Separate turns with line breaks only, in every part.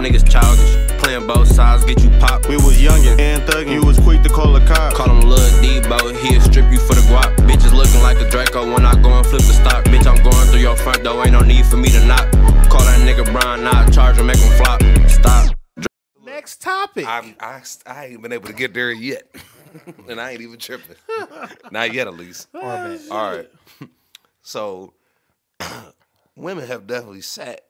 Niggas childish, playing both sides, get you popped.
We was youngin' and thuggin'. You was quick to call a cop.
Call him Lil Debo, he'll strip you for the guap. Bitches looking like a Draco when I go and flip the stock. Bitch, I'm going through your front door, ain't no need for me to knock. Call that nigga Brian, I charge him, make him flop. Stop.
Next topic.
I'm, I, st- I ain't been able to get there yet. and I ain't even tripping. Not yet, at least.
Oh,
All right. So, women have definitely sat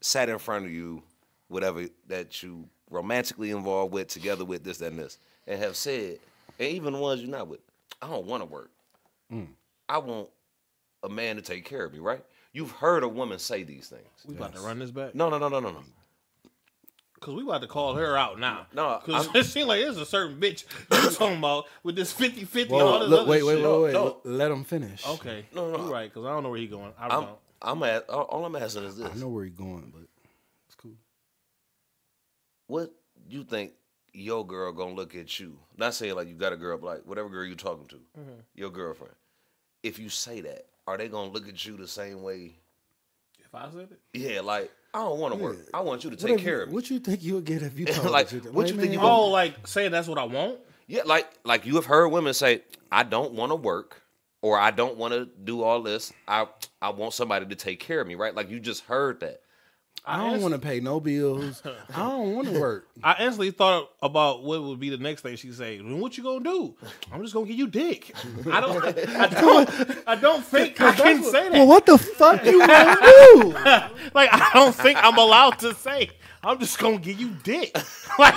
sat in front of you, whatever that you romantically involved with, together with this, that, and this, and have said, and even the ones you're not with, I don't want to work.
Mm.
I want a man to take care of me, right? You've heard a woman say these things.
we about to run this back
No, no, no, no, no, no.
because we about to call her out now.
No,
because
I'm-
it seems like there's a certain bitch you talking about with this 50 50 and all
Whoa,
this
look,
other
wait, wait,
shit.
wait, wait.
No,
Let- Let him finish.
Okay,
No, no,
you're
I-
right because I don't know where he going. I don't
I'm,
know.
I'm at, all- all I'm asking is this.
I know where he's going, but it's cool.
what you think your girl gonna look at you? Not saying like you got a girl, but like whatever girl you talking to,
Mm-hmm.
your girlfriend. If you say that, are they gonna look at you the same way?
If I said it,
Yeah, like I don't want to work. I want you to
What
take
if-
care of me.
What you think you'll get if you talk
Like,
to them?
what
Like,
you think you
man,
gonna-
oh, like saying that's what I want.
yeah, like like you have heard women say, I don't want to work, or I don't want to do all this. I I want somebody to take care of me, right? Like you just heard that.
I don't
asked-
want to pay no bills. I don't want to work.
I instantly thought about what would be the next thing she say. Then what you gonna do? I'm just gonna give you dick. I don't. I don't. I don't think I can
Well,
say that.
Oh, what the fuck you gonna do?
Like I don't think I'm allowed to say. I'm just gonna give you dick. Like,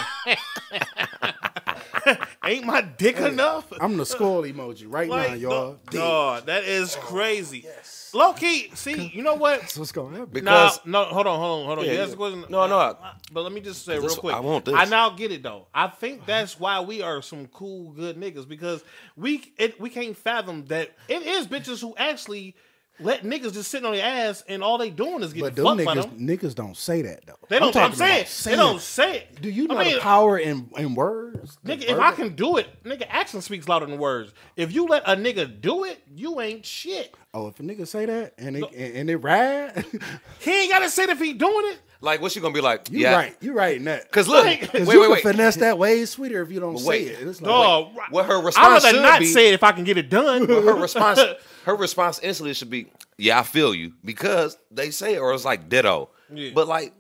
ain't my dick enough?
I'm the squall emoji right now,
Like,
y'all.
no, no, that is crazy. Low key, see, you know what?
What's gonna happen?
Now,
Because
no, hold on, hold on, hold on.
Yeah,
you asked
yeah.
a question.
No, no, I-
But let me just say real
This-
quick.
I want this.
I now get it though. I think that's why we are some cool, good niggas because we it, we can't fathom that it is bitches who actually let niggas just sit on their ass and all they doing is getting
But them
fucked by
niggas,
them.
niggas don't say that though.
They don't. I'm,
talking
saying,
about
they don't say it.
Do you know
I mean, uh,
the power in, in words? The
Nigga, if
verb-
I can do it, nigga, action speaks louder than words. If you let a nigga do it, you ain't shit.
oh, if a nigga say that and it and, and it ride,
He ain't gotta say it if he doing it.
like, what she gonna be like?
you
yeah,
right, you right in that.
Because look,
Like-
'Cause
wait,
you
wait,
can
wait.
finesse that way sweeter if you don't
wait.
say it. It's like,
Dog,
What Oh, her
I'd
response
rather
should
not
be,
say it if I can get it done.
her response her response instantly should be yeah i feel you because they say it or it's like ditto
Yeah.
but like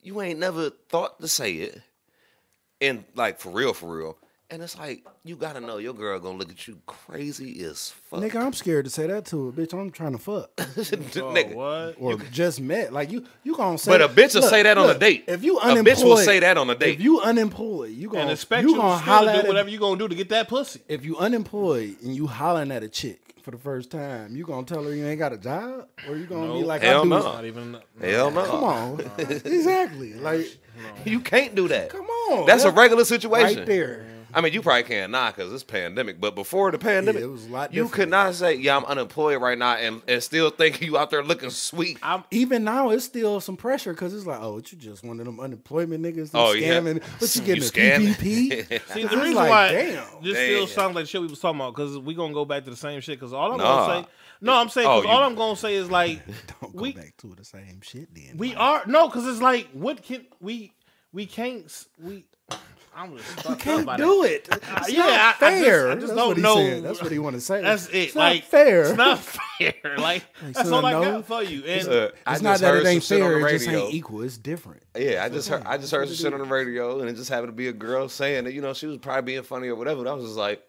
you ain't never thought to say it and like for real for real and it's like you gotta know your girl gonna look at you crazy as fuck
nigga, I'm scared to say that to a bitch. I'm trying to fuck.
Nigga.
Oh, what?
or just met. Like you, you gonna say,
But a bitch will
look,
say that on a
look,
date.
If you
A bitch will
unemployed,
say that on a date.
If you unemployed, you gonna
and expect
you
you,
gonna
to still
holler
to
at
do
a-
whatever you gonna do to get that pussy.
If you unemployed and you hollering at a chick for the first time, you gonna tell her you ain't got a job, or you gonna be like,
Hell
I do.
no.
Not even.
hell no
Come on, exactly. Like,
you can't do that
come on.
that's a regular
right
situation
there.
I mean, you probably can now because it's pandemic. But before the pandemic,
it was a lot
you could
different.
not say, "Yeah, I'm unemployed right now," and, and still think you out there looking sweet.
Even now, it's still some pressure because it's like, oh, you just one of them unemployment niggas. Oh
Oh, yeah.
scamming. But you
You
getting a
scamming.
PPP.
See,
It's
the reason
like,
why
damn.
this still
Damn.
sounds like shit we was talking about because we gonna go back to the same shit. Because all I'm
Nah.
gonna say, no, I'm saying,
Oh,
because all
you-
I'm gonna say is like,
Don't go
we-
back to the same shit. Then
we are no, because it's like, what can we? We can't. s- We. I'm just fucked up
can't
by
do
that.
it. It's
yeah, I- I
not
just-
fair.
I just
that's
don't
what he
know.
Said. That's what he want to say.
That's it.
It's not
like
fair.
It's not fair. Like that's
so
all I
no-
got for you. And
Uh, I
It's
just
not that
heard
it
some
ain't
shit on
fair.
the
It just
radio.
ain't equal. It's different.
Yeah, I just heard I just heard some shit on the radio, and it just happened to be a girl saying that you know she was probably being funny or whatever. And I was just like,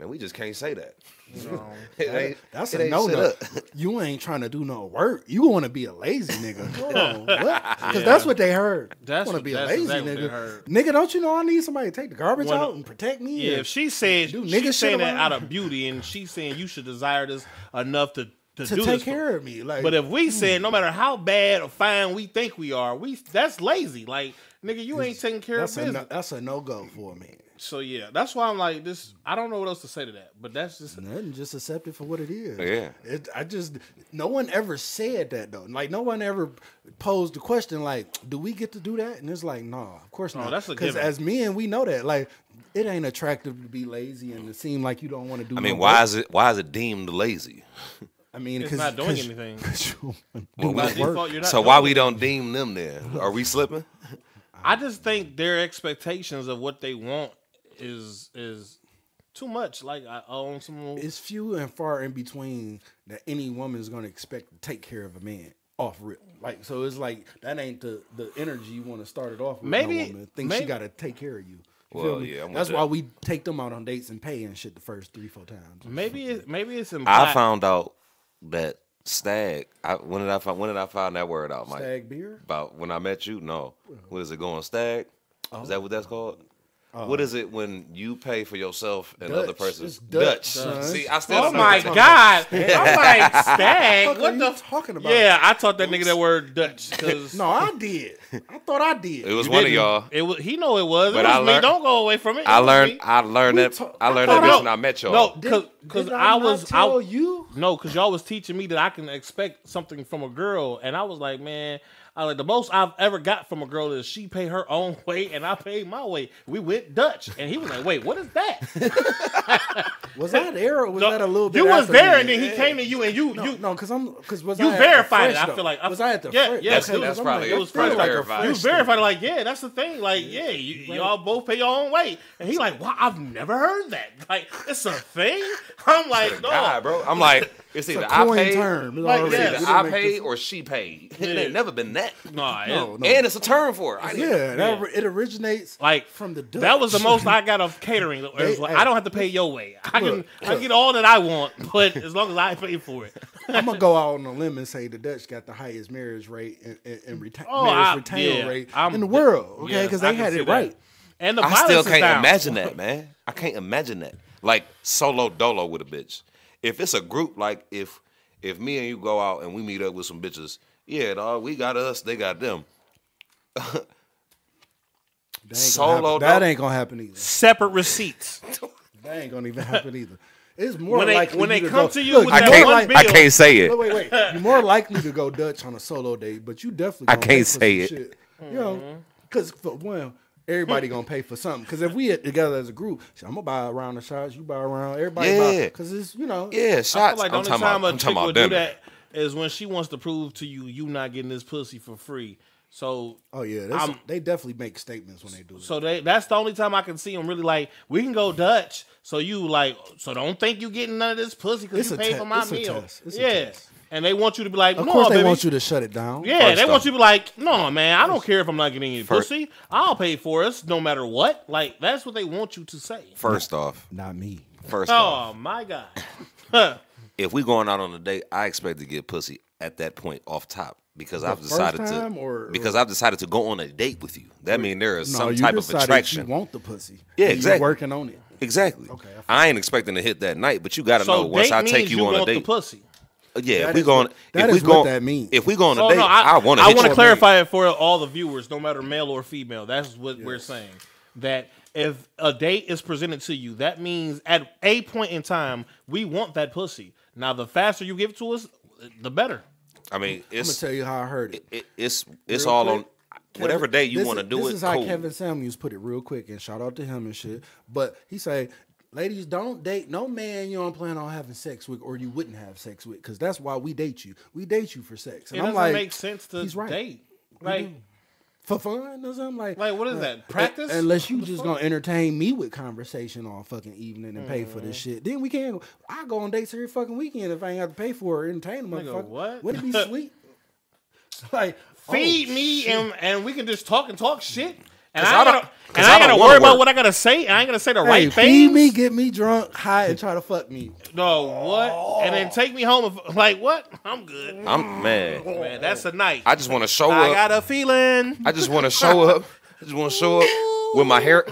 man, we just can't say that. It ain't-
That's
it
a
ain't
no
set
no.
up.
You ain't trying to do no work. You want to be a lazy nigga. Hold on, what? Because that's what they heard.
That's
want to
what-
be a
that's
lazy
exactly what they
nigga.
heard.
Nigga, don't you know I need somebody to take the garbage
Wanna-
out and protect me?
Yeah,
and-
if she said
do nigga
she's saying
shit
that
around.
out of beauty, and she's saying you should desire this enough to to,
to
do
take
this.
care of Mm. me, like,
But if we said no matter how bad or fine we think we are, we that's lazy. Like nigga, you ain't taking care of
that's a
business.
no, that's a no go for me.
so yeah, that's why I'm like this. I don't know what else to say to that, but that's just
Nothing, just accept it for what it is.
Yeah.
It, I just, no one ever said that though. Like, no one ever posed the question, like, do we get to do that? And it's like, no, of course not.
Oh, that's a
Because
given.
as men, we know that. Like, it ain't attractive to be lazy and to seem like you don't want to do
I mean,
no
why
work.
is it why is it deemed lazy?
I mean,
It's
'cause-
not doing
'cause-
anything.
'cause you don't wanna do
Well,
no
by
we-
work.
default, you're not
So why
doing
we
it.
don't deem them then? Are we slipping?
I just think their expectations of what they want is is too much. Like I own some.
It's few and far in between that any woman is going to expect to take care of a man off rip. Like so, it's like that ain't the the energy you want to start it off with.
Maybe-
no woman. think
maybe-
she got to take care of you. You feel
Well,
me?
yeah, I'm with
that's
that.
why we take them out on dates and pay and shit the first three four times.
Maybe it, maybe it's implied.
I found out that stag. I, when did I find? When did I find that word out, Mike?
Stag beer.
About when I met you? No. What is it going stag? Is
Oh.
that what that's called? what is it when you pay for yourself and other
Uh. Dutch.
person's
It's Dutch, son.
See, I still
Oh
don't know
my
what you're talking
god! I'm like stag.
Fuck
What
are
the?
you talking about?
Yeah, I taught that nigga that word Dutch because
No, I did. I thought I did.
about. It was one of
didn't.
y'all.
It was, he know it was.
But
it was
I
me.
learned-
Don't go away from it. It
I
was
learned.
me.
I learned
We
that.
talk-
I
I
learned
thought
that
I-
bitch when I met y'all.
No,
Did-
because
did
because
I
I,
not
was I,
tell you?
no because y'all was teaching me that I can expect something from a girl and I was like man I like the most I've ever got from a girl is she pay her own way and I pay my way. We went Dutch and he was like wait what is that?
Was I there or was that a little bit?
you was
after
there
me?
and then he came to you and you
No,
you
no, because I'm because was
You
I at
verified
the
it,
Fresh,
I feel
though?
like- I-
was I at the
yeah,
Fresh?
yeah,
That's-
Okay,
that's
I'm
probably-
like,
it was
that
probably
feels like a
verified.
Fresh
You
thing.
verified like yeah, that's the thing. Like yeah, you,
Right.
y'all both pay your own way. And he like, wow, I've never heard that. Like it's a thing. I'm like, no,
God, bro. I'm like, it's either I
coin
paid,
term. It's
Like,
it's
already-
yeah,
we
either
didn't
I
make
paid or she paid. It
Yeah.
ain't never been that.
Nah, it-
No, no.
And it's a term for it. I
this-
didn't-
Yeah, that, it originates
like
from the Dutch.
that was the most I got of catering. It was
They-
like,
hey.
I don't have to pay your way. I can
Look,
I get all that I want, but as long as I pay for it.
I'm gonna go out on a limb and say the Dutch got the highest marriage rate and, and, and reta-
Oh,
marriage
I-
retainal
yeah,
rate
I'm-
in the world.
yeah,
Okay, because
I
they
can
had
see
it
that.
right.
And the
I still
violence is
can't
down.
imagine that, man. I can't imagine that. Like solo dolo with a bitch. If it's a group, like if if me and you go out and we meet up with some bitches, yeah, dog, we got us, they got them.
That ain't
Solo
gonna happen.
dolo-
That ain't gonna happen either.
Separate receipts.
That ain't gonna even happen either. It's more
When they-
likely
when they
to
come
go-
to you
Look,
with
you're
that
more
one
like-
bill- I can't
say
Wait, wait, wait. You're more likely to go Dutch on a solo date, but you definitely.
I
gonna
can't
pay for some
say it.
Shit. You
Mm-hmm.
know, because for one, everybody gonna pay for something. Because if we get together as a group, shit, I'm gonna buy a round of shots. You buy a round. Everybody buy.
Yeah.
Because it's you know.
Yeah,
I feel
shots.
like
I'm
the only
talking
time
about,
a
I'm
chick
talking
will
about
do
dinner.
that is when she wants to prove to you you not getting this pussy for free. So
Oh yeah, that's,
I'm-
they definitely make statements when they do it.
So they, that's the only time I can see them really like we can go Dutch. So you like so don't think you getting none of this pussy because
It's
you
a
paid
te-
for my
it's a
meal.
test. It's a
yeah,
test.
and they want you to be like,
of
no,
course, they
baby.
want you to shut it down.
Yeah, they
First
want
off.
you to be like, no, man, I don't care if I'm not getting any
First-
pussy. I'll pay for us no matter what. Like that's what they want you to say.
First off,
Not me.
first off,
Oh my god. Huh.
if we going out on a date, I expect to get pussy at that point off top because I've
first
decided
time
to
or-
because I've decided to go on a date with you. That means there is some
you
type of
decided
attraction.
You want the pussy.
Yeah,
And you
exactly.
working on it.
Exactly.
Okay, I feel
I, ain't expecting to hit that night, but you got to
so
know once
date
I take
means
you,
you
on
want
a
the
date.
pussy.
Uh, yeah,
That
if we
is
go
what-
on,
that
if we
is
go
what
on-
that means.
If we go on a
So
date,
Oh, no,
I,
I,
want to.
I want to clarify it for all the viewers, no matter male or female. That's what we're saying. That if a date is presented to you, that means at a point in time we want that pussy. Now, the faster you give it to us, the better.
I mean,
I'm gonna
it's
tell you how I heard it.
it, it's it's
Real
all
quick,
on whatever
Kevin-
day you
this
want to
is-
do
this
it.
is how
cool.
Kevin Samuels put it real quick, and shout out to him and shit. But he say, ladies, don't date no man you don't plan on having sex with, or you wouldn't have sex with, because that's why we date you. We date you for sex, and
It
I'm
doesn't
like,
make sense to
he's right.
date. Like,
for fun or something like.
like what is that? Practice?
Unless you just gonna entertain me with conversation all fucking evening and pay for this
Mm-hmm.
shit, then we can. I go on dates every fucking weekend if I ain't got to pay for it. Entertain them,
Nigga,
motherfucker.
what?
Would it be sweet? like oh,
feed me and and we can just talk and talk shit. And
'Cause
I,
I don't-
gotta,
'cause
and
I
I gotta
don't
worry
wanna
about
work.
what I gotta say. and I ain't gonna say the
Hey,
right
feed
things.
me, get me drunk, high, and try to fuck me.
no, what? And then take me home. If, like what? I'm good.
I'm man.
Man, that's a night.
I just want to show
I
up.
got a feeling.
I just want to show up. I just want to show up with my hair,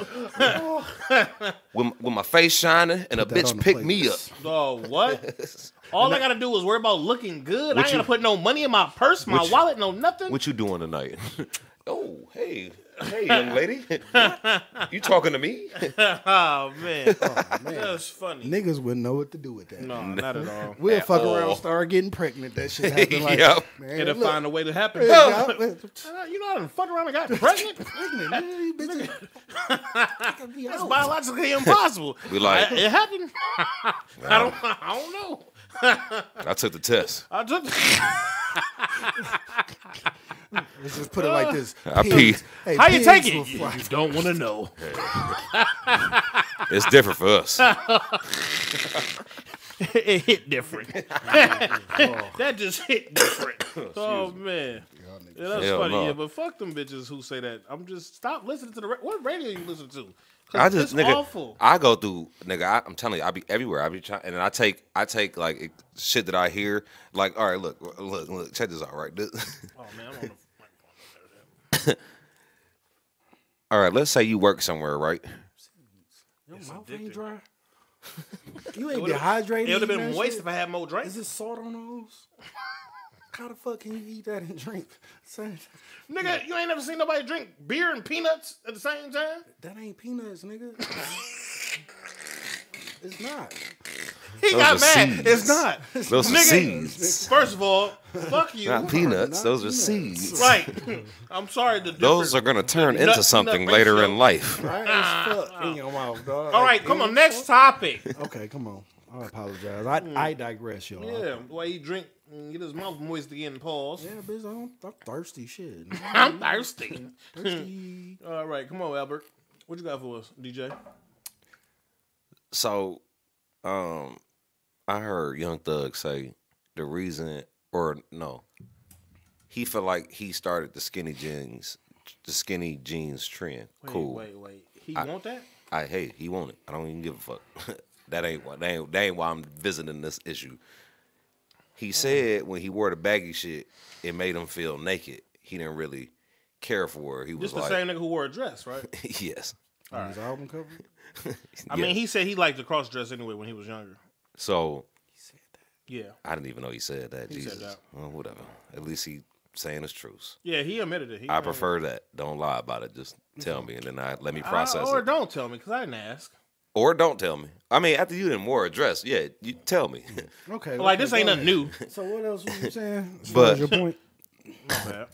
with, with my face shining, and a
that on
bitch
the
pick me up.
playlist.
Oh, what? All I gotta do is worry about looking good. I ain't
you-
gotta put no money in my purse, my
What you-
wallet, no nothing.
What you doing tonight? oh, hey, hey, young lady, you talking to me?
oh man, that's funny.
Niggas wouldn't know what to do with that.
no, not at all.
We'll
At
fuck
all.
around, start getting pregnant. That shit happened. Like,
Yep.
man,
It'll
look,
find a way to happen.
Oh.
yeah, man,
You know, I done fuck around and got pregnant.
pregnant, man, you bitches. I could be
That's
out.
biologically impossible.
We like-
I- it happened. I don't. I don't know.
I took the test.
I just.
Let's just put it like this.
I
Pigs-
pee.
Hey,
How
pigs
you take
will
it?
fly.
You don't want to know.
It's different for us.
it hit different.
Oh.
that just hit different. oh man, yeah, that's
Hell
funny.
no.
Yeah, but fuck them bitches who say that. I'm just stop listening to the ra- what radio you listen to. 'Cause
I just
it's
nigga,
awful.
I go through nigga. I, I'm telling you, I be everywhere. I be trying, and I take I take like it- shit that I hear. Like, all right, look, look, look, check this out, right? This-
oh man, I'm on the microphone.
all right, let's say you work somewhere, right?
Your mouth ain't dry. You ain't dehydrated.
It would have been
eating that
moist
shit?
if I had more
Is
drinks.
this salt on those? How the fuck can you eat that and drink? Son,
Nigga, you ain't never seen nobody drink beer and peanuts at the same time.
That ain't peanuts, nigga. it's not.
He got
are
mad.
seeds.
It's not.
Those are
Nigga.
seeds,
First of all, fuck you.
not
not
peanuts. Those are
peanuts.
seeds.
Right. I'm sorry. The
Those are
different-
gonna turn
Nut-
into something
nut
later
ratio.
in life.
Dry as fuck in your mouth, dog.
All right, come on. Next topic.
Uh-huh.
Okay, come on. I apologize. I, I digress, y'all.
Hmm. Yeah, why he drink? and Get his mouth moist again. Pause.
Yeah, bitch, I'm, I'm thirsty shit.
I'm thirsty.
Thirsty.
Mm-hmm. All right, come on, Albert. What you got for us, DJ?
So, um, I heard Young Thug say the reason, or no, he felt like he started the skinny jeans, the skinny jeans trend. cool.
Wait, wait. He want that?
I hey, he want it. I don't even give a fuck. that ain't why. That ain't, that ain't why I'm visiting this issue. He
Mm.
said when he wore the baggy shit, it made him feel naked. He didn't really care for it. He was
Just
like,
the same nigga who wore a dress, right?
yes.
On His album cover.
I
Yeah.
mean, he said he liked to cross dress anyway when he was younger.
So
Yeah,
I didn't even know he said that.
said
Jesus,
that.
Well, whatever. At least he saying his truth.
yeah. He admitted it. He
I prefer that. Don't lie about it. Just tell me, and then I let me
Mm-hmm. I-
process
Uh, or
it.
don't tell me because I didn't ask.
Or don't tell me. I mean, after you didn't wore a dress, yeah, you tell me.
Mm-hmm.
Okay.
Like
okay,
this ain't
go
nothing new.
ahead. So what else were you saying? As
But-
far as your point.
My bad.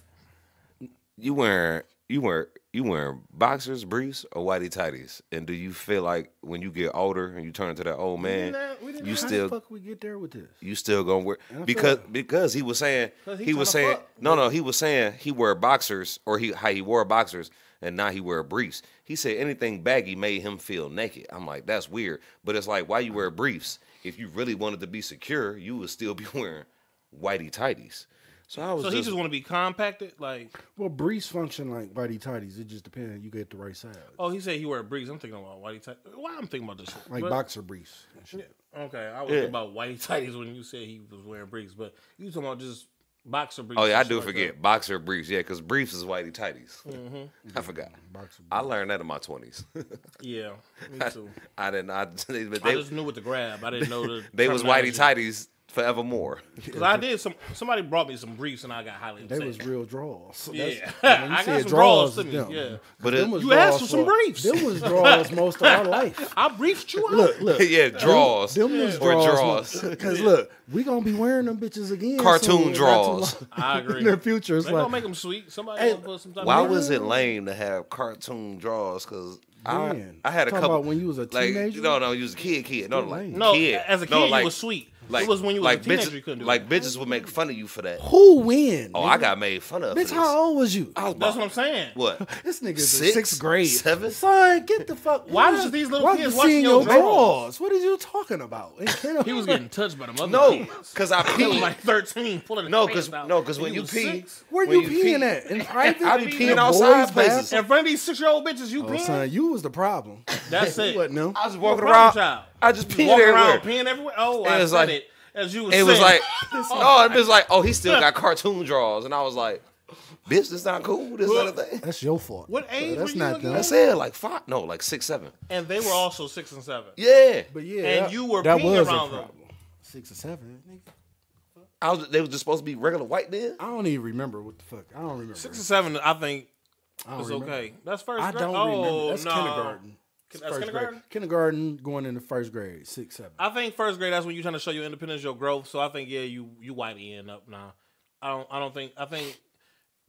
you wearing you wearing you wearing boxers, briefs, or whitey tighties? And do you feel like when you get older and you turn into that old man,
Nah, we didn't
you
know.
How
still
the fuck we get there with this?
you still gonna wear
feel
because
it.
because he was saying
'Cause he
he, was
tryna
saying
fuck.
no no he was saying he wear boxers or he how he wore boxers and now he wear briefs. He said anything baggy made him feel naked. I'm like that's weird, but it's like why you wear briefs if you really wanted to be secure, you would still be wearing whitey tighties. So I was
So he
just,
just want to be compacted. Like,
Well, breeze function like whitey tighties. It just depends. You get the right size,
oh, he said he wear briefs. I'm thinking about whitey tight. Why I'm thinking about this? Shit.
like
But-
boxer briefs. and shit.
Okay, I was
Yeah.
thinking about whitey tighties when you said he was wearing briefs, but you talking about just boxer briefs.
Oh yeah, I
and
do
shit like that.
forget boxer briefs. Yeah, because briefs is whitey tighties. I forgot.
Mm-hmm. Boxer briefs.
I learned that in my twenties.
Yeah, me too.
I didn't. I, they, but
I
they,
just knew what to grab. I didn't know the.
they was whitey tighties forevermore.
Because I did some. Somebody brought me some briefs and I got highly
They
upset.
was real draws.
yeah,
When you
I
said
got some draws
draws,
to me.
them.
Yeah,
But
Them
it,
was
You asked for
draws
some briefs.
Them was draws most of our life.
I briefed you out.
Look, look.
yeah, draws
Them was
or
draws.
draws.
Because look, we gonna be wearing them bitches again. soon,
Cartoon
not too
draws.
long.
I agree.
In the future, it's
they gonna
like
make them sweet. Somebody
Hey,
gonna put some. type
Why
of-
was it lame to have cartoon draws? Because I,
Man,
I had a
talking
couple
about when you was a
Like,
teenager?
no, no, you was a kid, kid. No, no, like
lame.
No,
kid.
as a kid
no,
you
like,
was sweet.
Like,
it was when you was
like
a teenager
bitches,
you couldn't do
like
that.
bitches would make fun of you for that.
who win?
Oh, I got made fun of. for
bitch.
this.
How old was you?
I was about-
That's what I'm saying.
What?
This nigga's
Six?
in sixth grade.
Seven?
Son, get the fuck.
Why
What
was these little
why
kids
was
watching
seeing
your draws?
What are you talking about? In kindergarten?
He was getting touched by the mother.
No, because I
He was
peed.
like 13, pulling
No,
his pants
because
out.
no, because
And
when
he
you
was
pee,
six.
Where
when
you peeing at? In private?
I be peeing
In a
outside
boys'
places.
bathroom?
In front of these six year old bitches, you
Oh,
peeing?
son, you was the problem.
That's it.
You wasn't them.
I was walking
You're a problem
around.
child.
I just
You
peed
walk
everywhere.
around peeing everywhere. Oh, I
was
said
like-
it as you was
It was
saying.
like, oh, it was like, oh, he still got cartoon draws, and I was like, bitch, that's not cool. This other thing.
That's your fault.
What
So
age
That's
were you
not
again?
them.
I said like five, no, like six, seven.
and they were also six and seven.
Yeah,
But yeah,
And
that-
you were
that
peeing
was
around
a
them.
problem. Six or seven. Nigga.
I was. They was just supposed to be regular white then.
I don't even remember what the fuck. I don't remember.
Six and seven, I think,
I don't
is
remember.
okay. That's first
I
grade.
don't
oh,
remember. That's
no.
kindergarten.
That's
First grade.
kindergarten?
Kindergarten going into first grade, six, seven.
I think first grade, that's when you're trying to show your independence, your growth. So I think, yeah, you you whitey end up now. I don't, I don't think, I think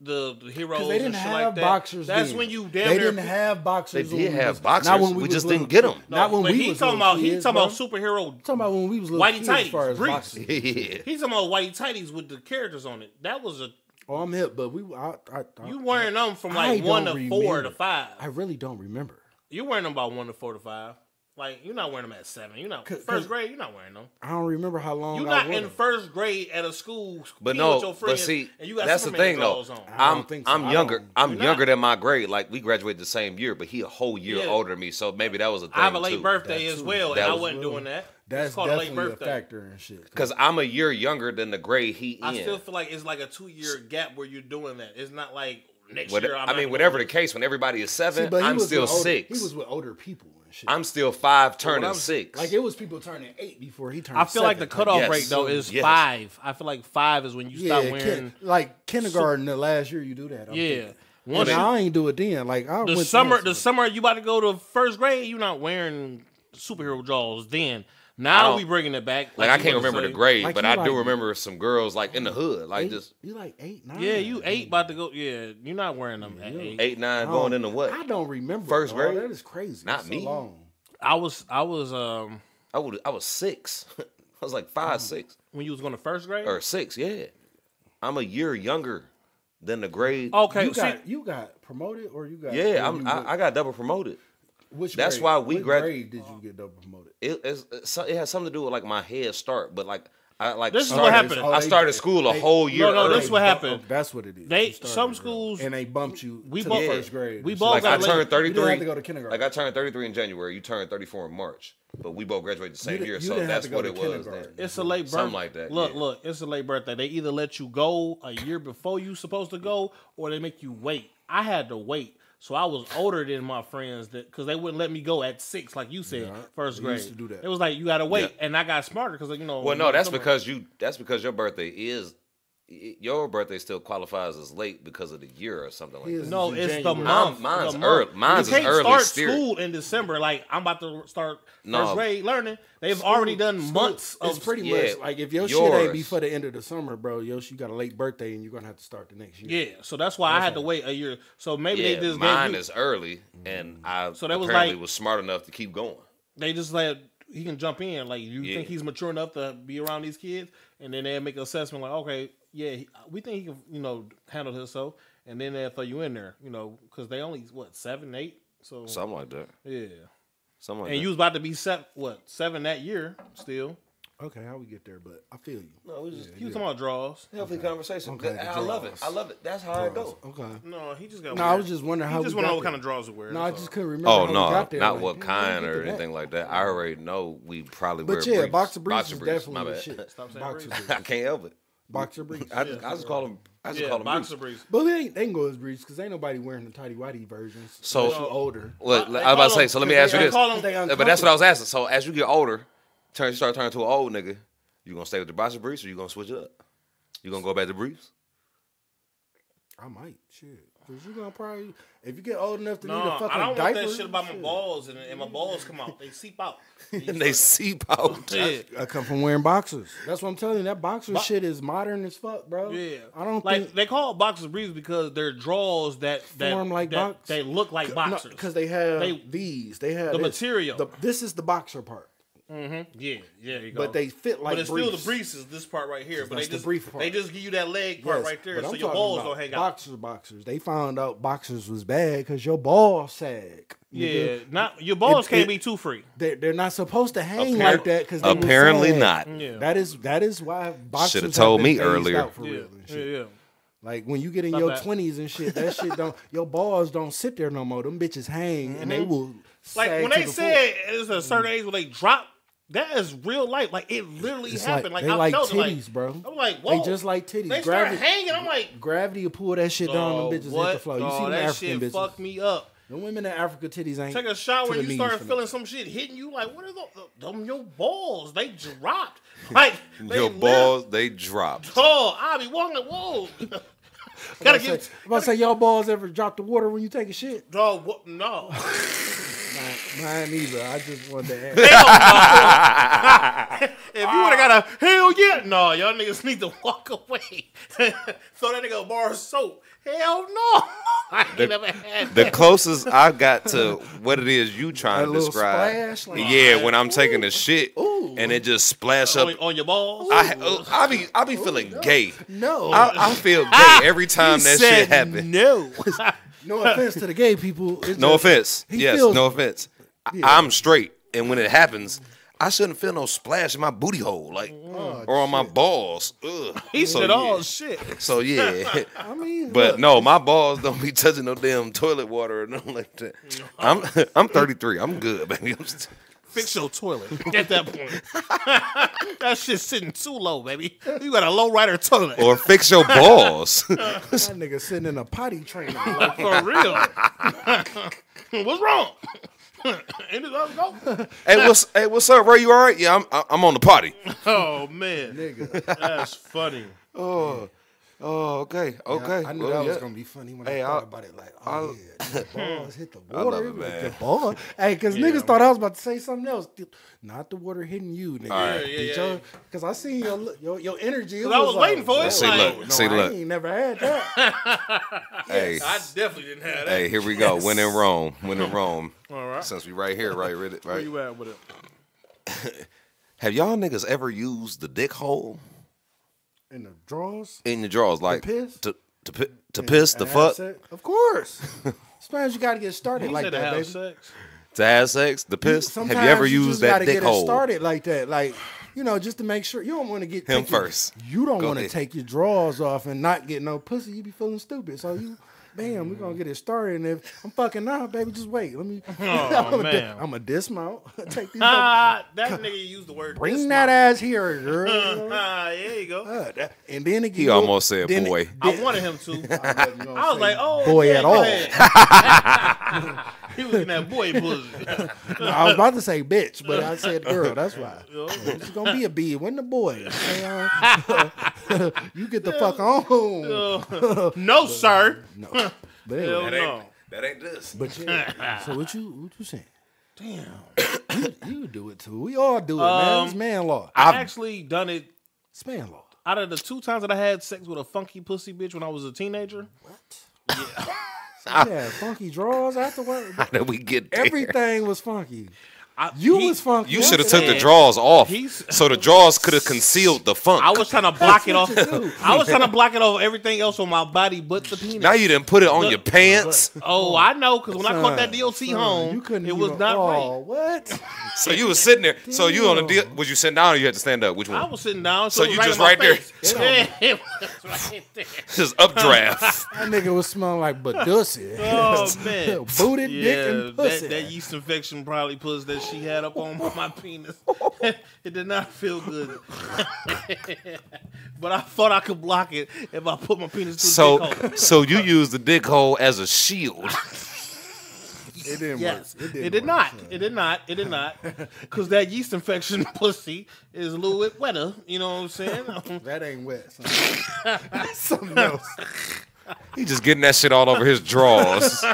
the, the heroes
Because they
and
didn't
shit
have
like that.
boxers.
That's
then.
when you damn
They
near
didn't have boxers.
They
when
did
we
have
was-
boxers.
Not when
We
we,
just
was
didn't
little
get 'em.
kids.
No,
Not when
but
we
he
was
talking
little
about he
kids,
talking
bro.
about superhero.
talking about when we was little
Whitey
kids as
tighties,
far as
briefs.
boxers.
Yeah.
He's talking about white tighties with the characters on it. That was a
Oh, I'm hip, but we. I, I, I,
you wearing them from
I
like
don't
one to four
remember.
to five.
I really don't remember.
You wearing them about one to four to five. Like you're not wearing them at seven. You're not
'Cause-
first
'cause-
grade. You're not wearing them.
I don't remember how long.
You're
I
not
wore
in
them.
first grade at a school.
But
being
no,
with your
but
friends,
see,
and you got
that's the
Superman
thing though.
clothes on.
I
I'm
don't think so.
I'm
I
younger.
don't-
I'm
You're
younger
not.
than my grade. Like we graduated the same year, but he a whole year
Yeah.
older than me. So maybe that was a thing
I have a late
too.
birthday as
too.
well,
That
and I
was-
wasn't doing that.
That's
it's called a late
definitely a
birthday.
factor and shit.
Cause I'm a year younger than the grade he in.
I still feel like it's like a two year gap where you're doing that. It's not like next
What-
year. I'm
I mean, whatever the case, when everybody is
See,
seven,
but he
I'm
was
still
with older,
six.
He was with older people and shit.
I'm still five,
When
turning
I was-
six.
Like it was people turning eight before he turned.
I feel like the
seven.
cutoff
Yes.
rate though is
Yes.
five. I feel like five is when you
Yeah,
stop wearing.
kin- like kindergarten. the last year you do that. I'm
yeah,
thinking.
once
Nah,
you-
I ain't do it then. Like I
the
went
summer,
dancing.
the summer you about to go to first grade, you're not wearing superhero jaws. Then now
don't-
we bringing it back.
Like I
you
can't
about to
remember the
say.
grade,
Like
but
you
I do
like-
remember some girls like in the hood, like
Eight-
just
you like eight, nine.
Yeah, you eight about to go. Yeah, you're not wearing them. at eight.
eight, nine,
I
going
don't-
into what?
I don't remember.
First
dog.
grade?
That is crazy.
Not
It's so
me.
long.
I was, I was, um,
I would. I was six. I was like
Oh.
five, six,
when you was going to first grade.
or six. Yeah, I'm a year younger than the grade.
Okay,
You
see,
got you got promoted or you got or
yeah. I'm,
you went-
I, I got double promoted.
Which
That's
grade?
why we
What
gradu-
grade did you get double promoted?
It, it's, it's, so- it has something to do with like my head start, but like I like.
This is
started-
what happened.
Oh,
I started school a whole year.
no,
early.
this is what happened.
That's what it is.
They-
You started
some
early.
schools-
and they bumped you. We
we both-
both first grade.
we
and
both
shit.
Like I
got late.
turned
You
thirty
didn't
three.
have to go to kindergarten.
Like I turned thirty three in January. You turned thirty four in March. But we both graduated the same
di-
year,
you
so
didn't have
that's
to go
what
to
it was.
kindergarten.
then.
It's a late birthday.
Something like that,
Look,
yeah.
look, it's a late birthday. They either let you go a year before you supposed to go, or they make you wait. I had to wait, so I was older than my friends that because they wouldn't let me go at six, like you said, first
we
grade.
used to do that.
It was like you gotta wait,
Yeah.
and I got smarter because you know.
Well, no, that's
summer-
because you. That's because your birthday is. i- Your birthday still qualifies as late because of the year or something like
His
that.
No,
is
it's
in
the
January.
month.
Mine- mine's
the
early-
month.
mine's
you can't
is early
start
steer.
school in December. Like I'm about to start first
No.
grade learning. They've already done
School-
months of
It's pretty
yeah,
much like if your shit
yours.
ain't before the end of the summer, bro. Yo, you got a late birthday and you're gonna have to start the next year.
yeah. So that's why I had to wait a year. So maybe
Yeah,
they just gave
mine
you-
is early, and
Mm-hmm.
I
So that was
apparently
like-
was smart enough to keep going.
they just let he can jump in. Like you
Yeah.
think he's mature enough to be around these kids, and then they make an assessment. Like okay, yeah, he, we think he can you know handle himself, and then they will throw you in there, you know, because they only what seven, eight, so,
Something like that.
yeah.
Something like
And
that.
you was about to be set what seven that year still.
Okay, how we get there? But I feel you.
no, it was just
You was talking about draws?
healthy conversation.
Okay,
I love it. I love it. That's how I go.
Okay.
No, he just got.
No, I was just wondering how
He just
we
want to know
got
what kind
there.
of draws we wear.
No, I
that's
just
all.
couldn't remember.
Oh
how
no,
we got there.
not
Like,
what
damn, how we
kind
get
or
to that?
anything like that. I already know we probably wear
But yeah,
briefs.
boxer briefs is
my
definitely the
bad.
shit.
Stop saying
Boxer
briefs.
briefs.
I can't help it.
Boxer briefs.
I just, I just call them. I just
Yeah,
call them briefs.
boxer briefs.
But we ain't they ain't go as briefs because ain't nobody wearing the tidy whitey versions.
So-
unless you older.
Look,
They
I was about
call
to say.
them-
So let me
they-
ask you
they
this.
call them-
They
But that's what I was asking. So as you get older, turn you start turning to an old nigga, you gonna stay with the boxer briefs or you gonna switch it up? You gonna go back to briefs?
I might shit because you gonna probably if you get old enough to need a
No,
fucking
I don't want
diaper.
that shit about my balls and, and my balls come out. They seep out.
And they seep out.
Yeah.
I come from wearing boxers. That's what I'm telling you. That boxer shit is modern as fuck, bro.
Yeah,
I don't
like
think
they call it boxers briefs because they're draws that that,
Form like
that
box-
they look like boxers.
because they have
They-
these. They have
the
this.
material.
The- this is the boxer part,
yeah, yeah, you go.
but they fit like
but it's
briefs.
still the briefs is this part right here. But they
that's the
just
brief part.
they just give you that leg part
Yes,
right there,
but
so
I'm
your
talking
balls
about
don't hang out.
Boxers, boxers. They found out boxers was bad because your balls sag.
Yeah,
nigga.
not your balls
It-
can't
it-
be too free.
They're, they're not supposed to hang
Appar-
like that because
apparently not.
Yeah.
That is that is why boxers
Shoulda
have
told
been
me
phased
earlier.
out for
Yeah,
real and
yeah,
shit.
yeah.
Like when you get in
Stop
your
that.
twenties and shit, that shit don't your balls don't sit there no more. Them bitches hang and they will.
Mm-hmm. Like
sag
when
to
they
the Mm-hmm.
said it's a certain age when they drop, that is real life. Like it literally
It's like-
happened. Like,
they
I
like
felt it,
titties, bro.
I'm like,
floor.
whoa.
they just like titties.
they start
gravity,
hanging. I'm like,
gravity will pull that shit down.
dawg,
Them bitches
Oh, what?
hit the floor. You
Dawg,
see them
that
African
shit
bitches.
fucked me up.
The women in Africa titties ain't
Take a shower
to
and
the
you
knees
start
for me.
feeling some shit hitting you. Like, what are those? Them your balls? They dropped. Like they
Your
lit-
balls they dropped.
Tall. I be walking like, whoa.
I'm
Gotta
about to
get.
say, I'm about to say y'all balls ever drop the water when you take a shit?
Dog, what? No.
Mine, mine either. I just wanted to ask.
If you would have got
Ah.
a hell yeah, no, y'all niggas need to walk away. Throw that nigga a bar of soap. Hell no. I ain't never had
The closest I got to what it is you trying
That
to
little
describe.
splash, like-
yeah, when I'm taking a shit and it just splash
that.
up.
On, on your balls.
I, oh, I be I be feeling gay.
No.
I, I feel gay every time that shit happens.
No.
no offense to the gay people. It's
No
just-
offense.
He
yes,
feels-
no offense. I, I'm straight, and when it happens, I shouldn't feel no splash in my booty hole, like or on my balls. Ugh.
He
So,
said "Oh, all
yeah.
shit.
So yeah,
I mean,
but
look,
no, my balls don't be touching no damn toilet water or nothing like that. I'm I'm 33. I'm good, baby. I'm st-
Fix your toilet at that point. that shit's sitting too low, baby. You got a low rider toilet.
or fix your balls.
that nigga sitting in a potty trainer.
For real. What's wrong? Ain't it up, go?
hey, what's hey, what's up, Ray? You all right? Yeah, I'm I- I'm on the potty.
Oh man. Nigga. That's funny.
Oh, okay, okay.
I knew
Well,
that was
yeah.
gonna be funny when
Hey,
I
I'll-
thought about it. Like, oh yeah, the balls hit the water.
love it,
with
man.
The ball. Hey, because niggas thought I was about to say something else. Dude, Not the water hitting you, nigga.
right.
Yeah, yeah, yeah.
Because I seen your look- your your energy. It
I was
like,
waiting for it.
"Whoa,
See,
Like,
look,
No,
see,
I
look.
ain't never had that.
Hey,
I definitely didn't have that.
hey, here we go. When in Rome, when in Rome.
All right.
Since we right here, right, right,
Where
right.
you at with it?
Have y'all niggas ever used the dick hole
In the drawers.
in your drawers, like
piss?
to to pi- to piss, to
Have
fuck,
sex? Of course. Sometimes you gotta get started
You
like
said to
that,
have
baby.
sex.
to have sex, to piss? Have you
Sometimes
ever
just
used that
gotta
dick
get
hole?
It started like that, like you know, just to make sure you don't want to get
Him
take your-
first.
you don't
Go
want to
ahead.
take your drawers off and not get no pussy. You be feeling stupid, so you. Bam, we're gonna get it started. And if I'm fucking now, baby, just wait. Let me. I'm
Oh, man.
gonna dismount. Take these.
Ah, that nigga used the word.
bring
dismount.
that ass here, girl.
Ah, there you go.
Uh, that- and then again,
He almost said
then it-
boy.
I wanted him to. I was like, oh,
boy
yeah,
at
go
all.
ahead. he was in that boy pussy.
No, I was about to say bitch, but I said girl. That's why. It's gonna be a B. When the boy, Say, uh, you get the fuck on.
no, sir.
No, but anyway.
Hell no.
That ain't this.
But yeah. so what you what you saying? Damn, you, you do it too. We all do it, man. It's man law.
i actually done it
It's man law.
out of the two times that I had sex with a funky pussy bitch when I was a teenager.
Yeah, funky draws afterwards.
How did we get there?
Everything was funky.
I,
You
he-
was funky.
You should have
after
took the
that.
drawers off,
He's-
so the drawers could have concealed the funk.
I was trying to block it off.
That's what you do.
I was trying to block it off everything else on my body but the penis.
now you didn't put it on your pants,
oh, I know, because when I caught that
Son,
DOT
son,
home,
You couldn't.
it was
even-
not
oh,
right.
What?
so you was sitting there. So you on the deal?
Damn.
Was you sitting down or you had to stand up? Which
I
one?
was sitting down,
So
so, it was
you just
right in my
right
face. Yeah, it was right there.
This is updraft.
That nigga was smelling like badussy.
Oh man,
Booted dick and pussy.
That, that yeast infection probably pussy that she had up on my penis. it did not feel good, but I thought I could block it if I put my penis
so
through the dick hole.
so you used the dick hole as a shield.
it didn't
Yes,
work. didn't
it, did
work,
not.
son.
It did not. It did not. Because that yeast infection pussy is a little bit wetter. You know what I'm saying?
That ain't wet. son. That's something else.
He just getting that shit all over his drawers.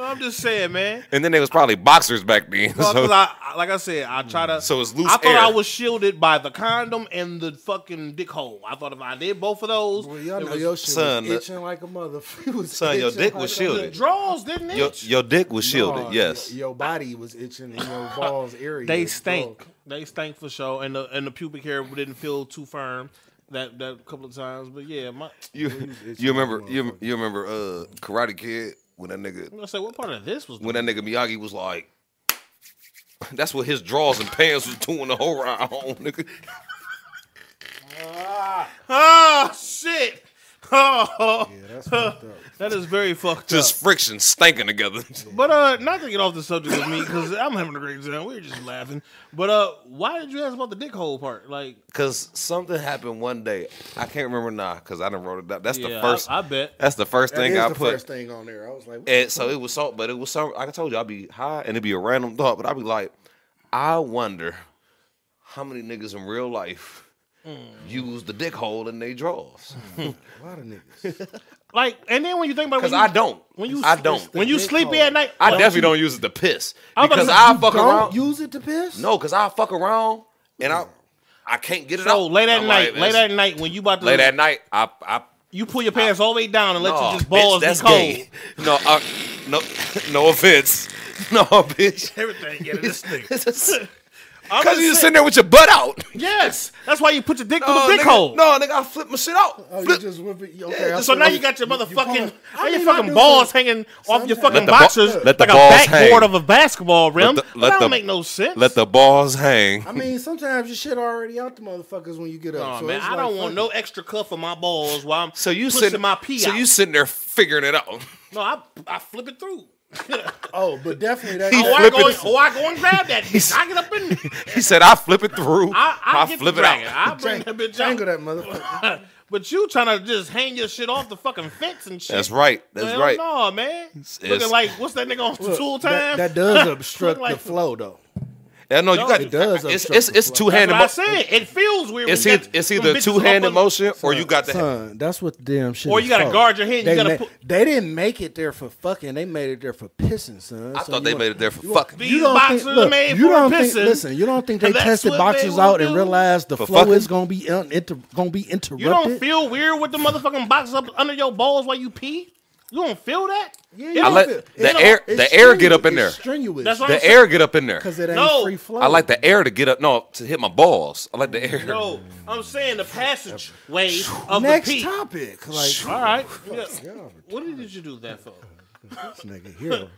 I'm just saying, man.
And then they was probably boxers back then.
Well, 'cause
So,
I- I- like I said, I try to.
So it's loose
I thought
air.
I was shielded by the condom and the fucking dick hole. I thought if I did both of those,
Well, y'all
it
know
was-
your shit
Son,
was itching like a motherfucker. It was
Son, your
itching
dick was
like a-
shielded.
the draws didn't
your,
itch.
your dick was shielded,
No,
yes.
Oh, y- Your body was itching in your balls area.
they
was
stink.
broke.
They stink for sure, and the and the pubic hair didn't feel too firm. That that couple of times, but yeah, my.
You, you remember you, you remember uh Karate Kid when that nigga
I say, what part of this was?
when that nigga Miyagi was like that's what his drawers and pants was doing the whole ride home, nigga.
Oh shit! Oh,
Yeah, that's fucked up.
that is very fucked
Just friction stinking together.
up. But uh, not to get off the subject with me because I'm having a great time. We We're just laughing. But uh, why did you ask about the dick hole part? Like,
Cause something happened one day. I can't remember now, cause I didn't wrote it down. That's
yeah,
the first
I, I bet.
that's the first
That
thing
is
I
the
put.
first thing on there. I was like, what?
And so it was so, but it was so. Like I told you, I'd be high and it'd be a random thought, but I'd be like, I wonder how many niggas in real life
Hmm.
use the dick hole in their drawers.
A lot of niggas.
Like, and then when you think about
Because
it, when you-
I don't.
When you
I
sleep-
don't.
When you
dick
sleepy
hole.
at night,
I
well,
definitely don't use it to piss
I'm about to
because
say,
I
You
fuck
don't
around.
use it to piss.
no, because I fuck around and I I can't get it out.
So late at
I'm
night,
like,
late
that's-
at night when you about to
late at night, I I
you pull your pants all the way down and let
Nah,
you
bitch,
just balls
that's
be cold.
gay. No, I, no, no offense. No, bitch.
Everything get this thing.
Because you just sitting there with your butt out.
Yes, that's why you put your dick
No,
through the dick
Oh, nigga,
hole.
No, nigga, I flip my shit out.
Oh, you
Flip-
just whip it. Okay,
Yeah,
I
So
see
now
what
you got your motherfucking,
pulling-
now
I
your
mean, I
fucking
do
balls
some-
hanging off your
sometimes. Let
fucking
the ball-
boxers
let the
like a
balls hang.
backboard of a basketball rim.
the-
But
let
that
the-
don't make no sense.
Let the balls hang.
I mean, sometimes your shit already out the motherfuckers when you get up.
Nah,
so
man,
it's
I
like,
don't want
fuck
no
it.
extra cuff of my balls while I'm
So you
pushing
sitting
my pee
So
out.
you sitting there figuring it out.
no, I I flip it through.
Oh, but definitely that.
He
Or I,
flip it
go,
through.
or I go and grab that. bitch. I get up in there.
He said, "I flip it through.
I, I, get
flip
the
it
dragon.
out."
I bring that bitch out.
Jangle that motherfucker.
But you trying to just hang your shit off the fucking fence and shit.
That's right. That's
Hell
right.
No, man. Looking
it's-
like what's that nigga on tool time?
That, that does obstruct
Look
the
like-
flow, though.
Yeah, no, you
No,
got
it
does
It's
obstruct
it's,
the
it's
flow.
two
That's
handed.
what I said. It feels weird.
It's
when you
either,
got
it's
them
either
bitches
two handed
up on-
motion or you got the.
Son, that's what the damn shit.
Or
is
you gotta
for.
guard your hand, you
They,
gotta put-
they didn't make it there for fucking. They made it there for pissing, son.
I
So
thought
you
they
want-
made it there for
you want-
fucking.
These boxers are made
you
for
don't
pissing.
think, listen. You don't think they
That's
tested
what
boxes
they
out
will
and
do.
realized the
For
flow
fucking?
is gonna be un, inter, gonna be interrupted.
You don't feel weird with the motherfucking boxes up under your balls while you pee? You don't feel that?
Yeah,
It
you
I
don't
let
feel-
It's
the
all-
air
it's
the air get up
strenuous.
in there.
It's strenuous.
That's what I'm
The air get up in there.
Because it ain't
No.
free flow.
I like the air to get up. No, to hit my balls. I like the air.
No, I'm saying the passageway of
Next
the pee.
topic. Like
All right. Yeah. What did you do that for?
this nigga here.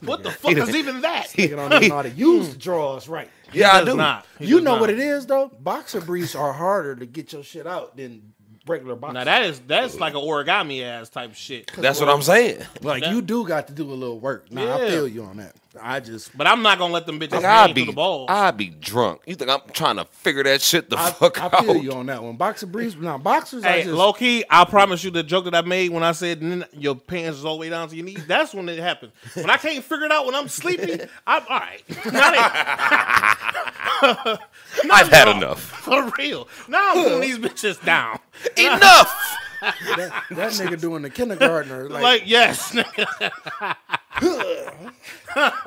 What the fuck is even that?
Nigga don't even know how to use the drawers right.
yeah, I
does
do.
not. He
You
does
know
not.
what it is though. Boxer briefs are harder to get your shit out than regular boxers.
Now that is that's like an origami ass type shit.
That's what I'm saying.
like
that-
you do got to do a little work. Nah, I
Yeah.
feel you on that. I just
But I'm not gonna let them bitches
Like,
hang
I'd
through the
be,
balls.
I'd be drunk. You think I'm trying to figure that shit the
I,
fuck
I
out?
feel you on that one. Boxer briefs. Now boxers. I
Hey,
just,
low key, I promise you the joke that I made when I said "N- your pants is all the way down to your knees. That's when it happens. When I can't figure it out when I'm sleepy, I'm all right. Not it.
I've had enough.
For real. Now I'm putting these bitches down.
Enough.
that, that nigga doing the kindergartner. Like,
Like, yes. nigga. but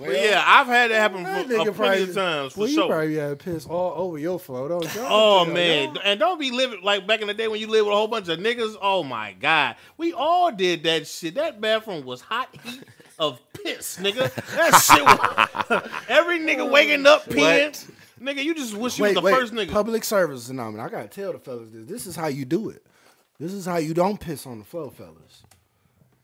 yeah, I've had that happen
that
for, uh,
nigga
plenty
probably.
of times for
well,
sure.
you probably had piss all over your flow. Don't y'all
Oh
tell
man,
y'all.
and don't be living like back in the day when you lived with a whole bunch of niggas. Oh my god, we all did that shit. That bathroom was hot heat of piss, nigga. That shit. Was, every nigga waking up peeing, nigga. You just wish you
Oh, Wait,
was the
wait.
first nigga.
Public service phenomenon. I gotta tell the fellas this. This is how you do it. This is how you don't piss on the flow, fellas.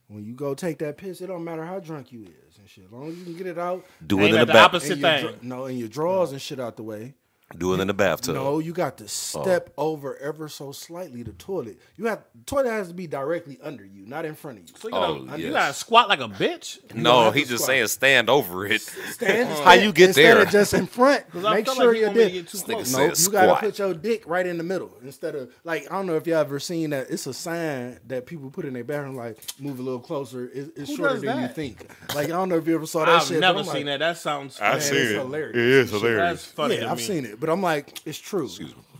When you go take that piss, it don't matter how drunk you is and shit. As long as you can get it out,
Do it
Ain't
in
that
the
the
bath.
opposite
and your
thing?
dra- no, and your drawers and shit out the way.
Do it in the bathtub.
Oh.
No, you got to step over ever so slightly the toilet. You have toilet has to be directly under you, not in front of you.
So you, gotta,
Oh,
you
yes.
gotta squat like a bitch.
No,
have
he's
to
just
squat.
saying stand over it.
Stand,
How you get
uh, instead
there?
Of just in front.
I
Make
felt
sure
like he
you're
want me to
there.
get too This nigga close.
said
No, you gotta
squat.
put your dick right in the middle instead of like I don't know if y'all ever seen that. It's a sign that people put in their bathroom like move a little closer. It- it's
Who
shorter
does
than you
that?
think. Like I don't know if you ever saw that
I've
shit. but
never
I'm like,
seen that. That sounds.
Man,
funny.
it's hilarious.
is
That's funny.
yeah,
to
I've
me. Hmm.
seen it, but I'm like, it's true.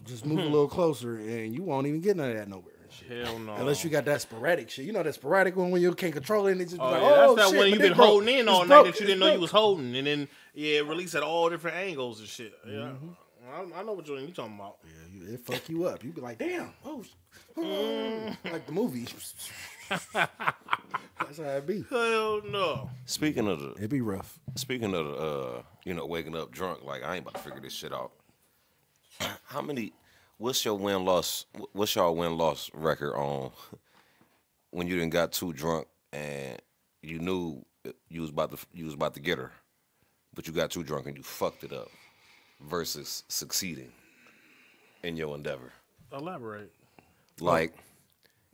Just move a little closer, and you won't even get none of that nowhere. and shit.
Hell no.
Unless you got that sporadic shit, you know that sporadic one when you can't control it. And it's just
Oh,
like,
yeah, that's
oh
that
shit,
one
my
you've
dick
been
broke.
holding in
It's
all night
broke.
that you
It's
didn't know you
broke."
was holding, and then yeah, it released at all different angles and shit. Yeah,
Mm-hmm.
I, I know what you're, you talking about.
You- It fuck you up. You be like, damn, oh, sh-
Mm.
like the movie. That's how it be.
Hell no.
Speaking of the
It be rough.
Speaking of uh, you know, waking up drunk, like I ain't about to figure this shit out. How many? What's your win loss? What's y'all win loss record on when you didn't got too drunk and you knew you was about to you was about to get her, but you got too drunk and you fucked it up versus succeeding in your endeavor.
Elaborate.
Oh.
Like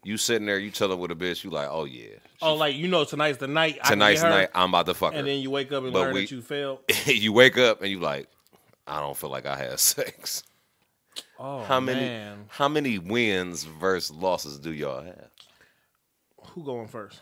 you sitting there, you telling with a bitch, you like, oh yeah,
Oh, like you know, tonight's the night. I can get
tonight's
her,
night I'm about to fuck her.
And then you wake up and
But
learn
we-
that you failed.
you wake up and you like, I don't feel like I had sex.
Oh
How many
man,
how many wins versus losses do y'all have?
who going first?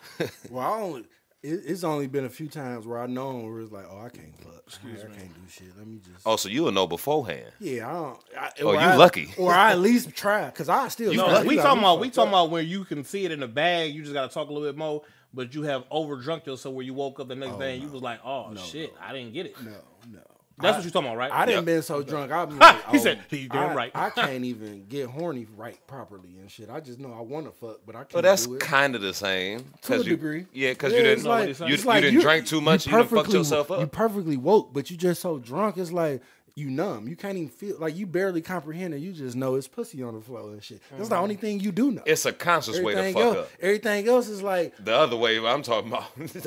Well, I only It, it's only been a few times where I know where it's like, oh, I can't fuck. I can't do shit. Let me just.
Oh, so you'll know beforehand.
Yeah, I don't. I,
Oh,
or
you
I-
lucky.
Or I at least try, cause I still.
No,
know,
lucky.
you
we
got
talking
me
about we
fucked
talking
up.
about where you can see it in the bag. You just got to talk a little bit more, but you have overdrunk yourself where you woke up the next day and you was like, oh shit, I didn't get it.
No, no.
That's
I-
what you talking about, right?
I didn't
Yeah.
been so drunk. I'm like,
He
oh,
said, "He damn
I,
right."
I can't even get horny right properly and shit. I just know I want to fuck, but I can't.
But that's
do it.
kind of the same.
To a
'cause you-
degree.
Yeah, because you
it's
didn't.
like-
you,
it's
you
like
didn't
you-
drink too much. You, didn't fuck
perfectly-
yourself up.
You perfectly woke, but you just so drunk. It's like you numb. You can't even feel like you barely comprehend it. You just know it's pussy on the floor and shit. That's the only thing you do know.
it's a conscious way to
everything
fuck
else,
up.
everything else is like
The other way I'm talking about,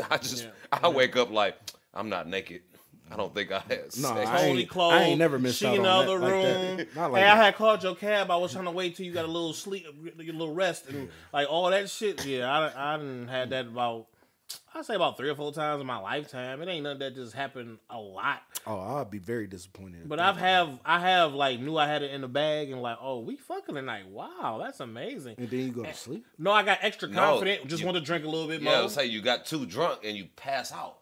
I just I wake up like I'm not naked. I don't think I had
no.
sex.
I ain't,
Only clothes.
I ain't never missed
she
out
in the
on
other
that, Like
room.
that. Not like
hey, I
that.
had called your cab. I was trying to wait till you got a little sleep, a little rest, and like all that shit. Yeah, I I done had that about. I say about three or four times in my lifetime. It ain't nothing that just happened a lot.
Oh, I'll be very disappointed. if
But
that
I've have I have like knew I had it in the bag and like, oh, we fucking tonight. Wow, that's amazing.
And then you go to sleep.
No, I got extra confident. just
you-
want to drink a little bit
Yeah, I
more.
would say you got too drunk and you pass out.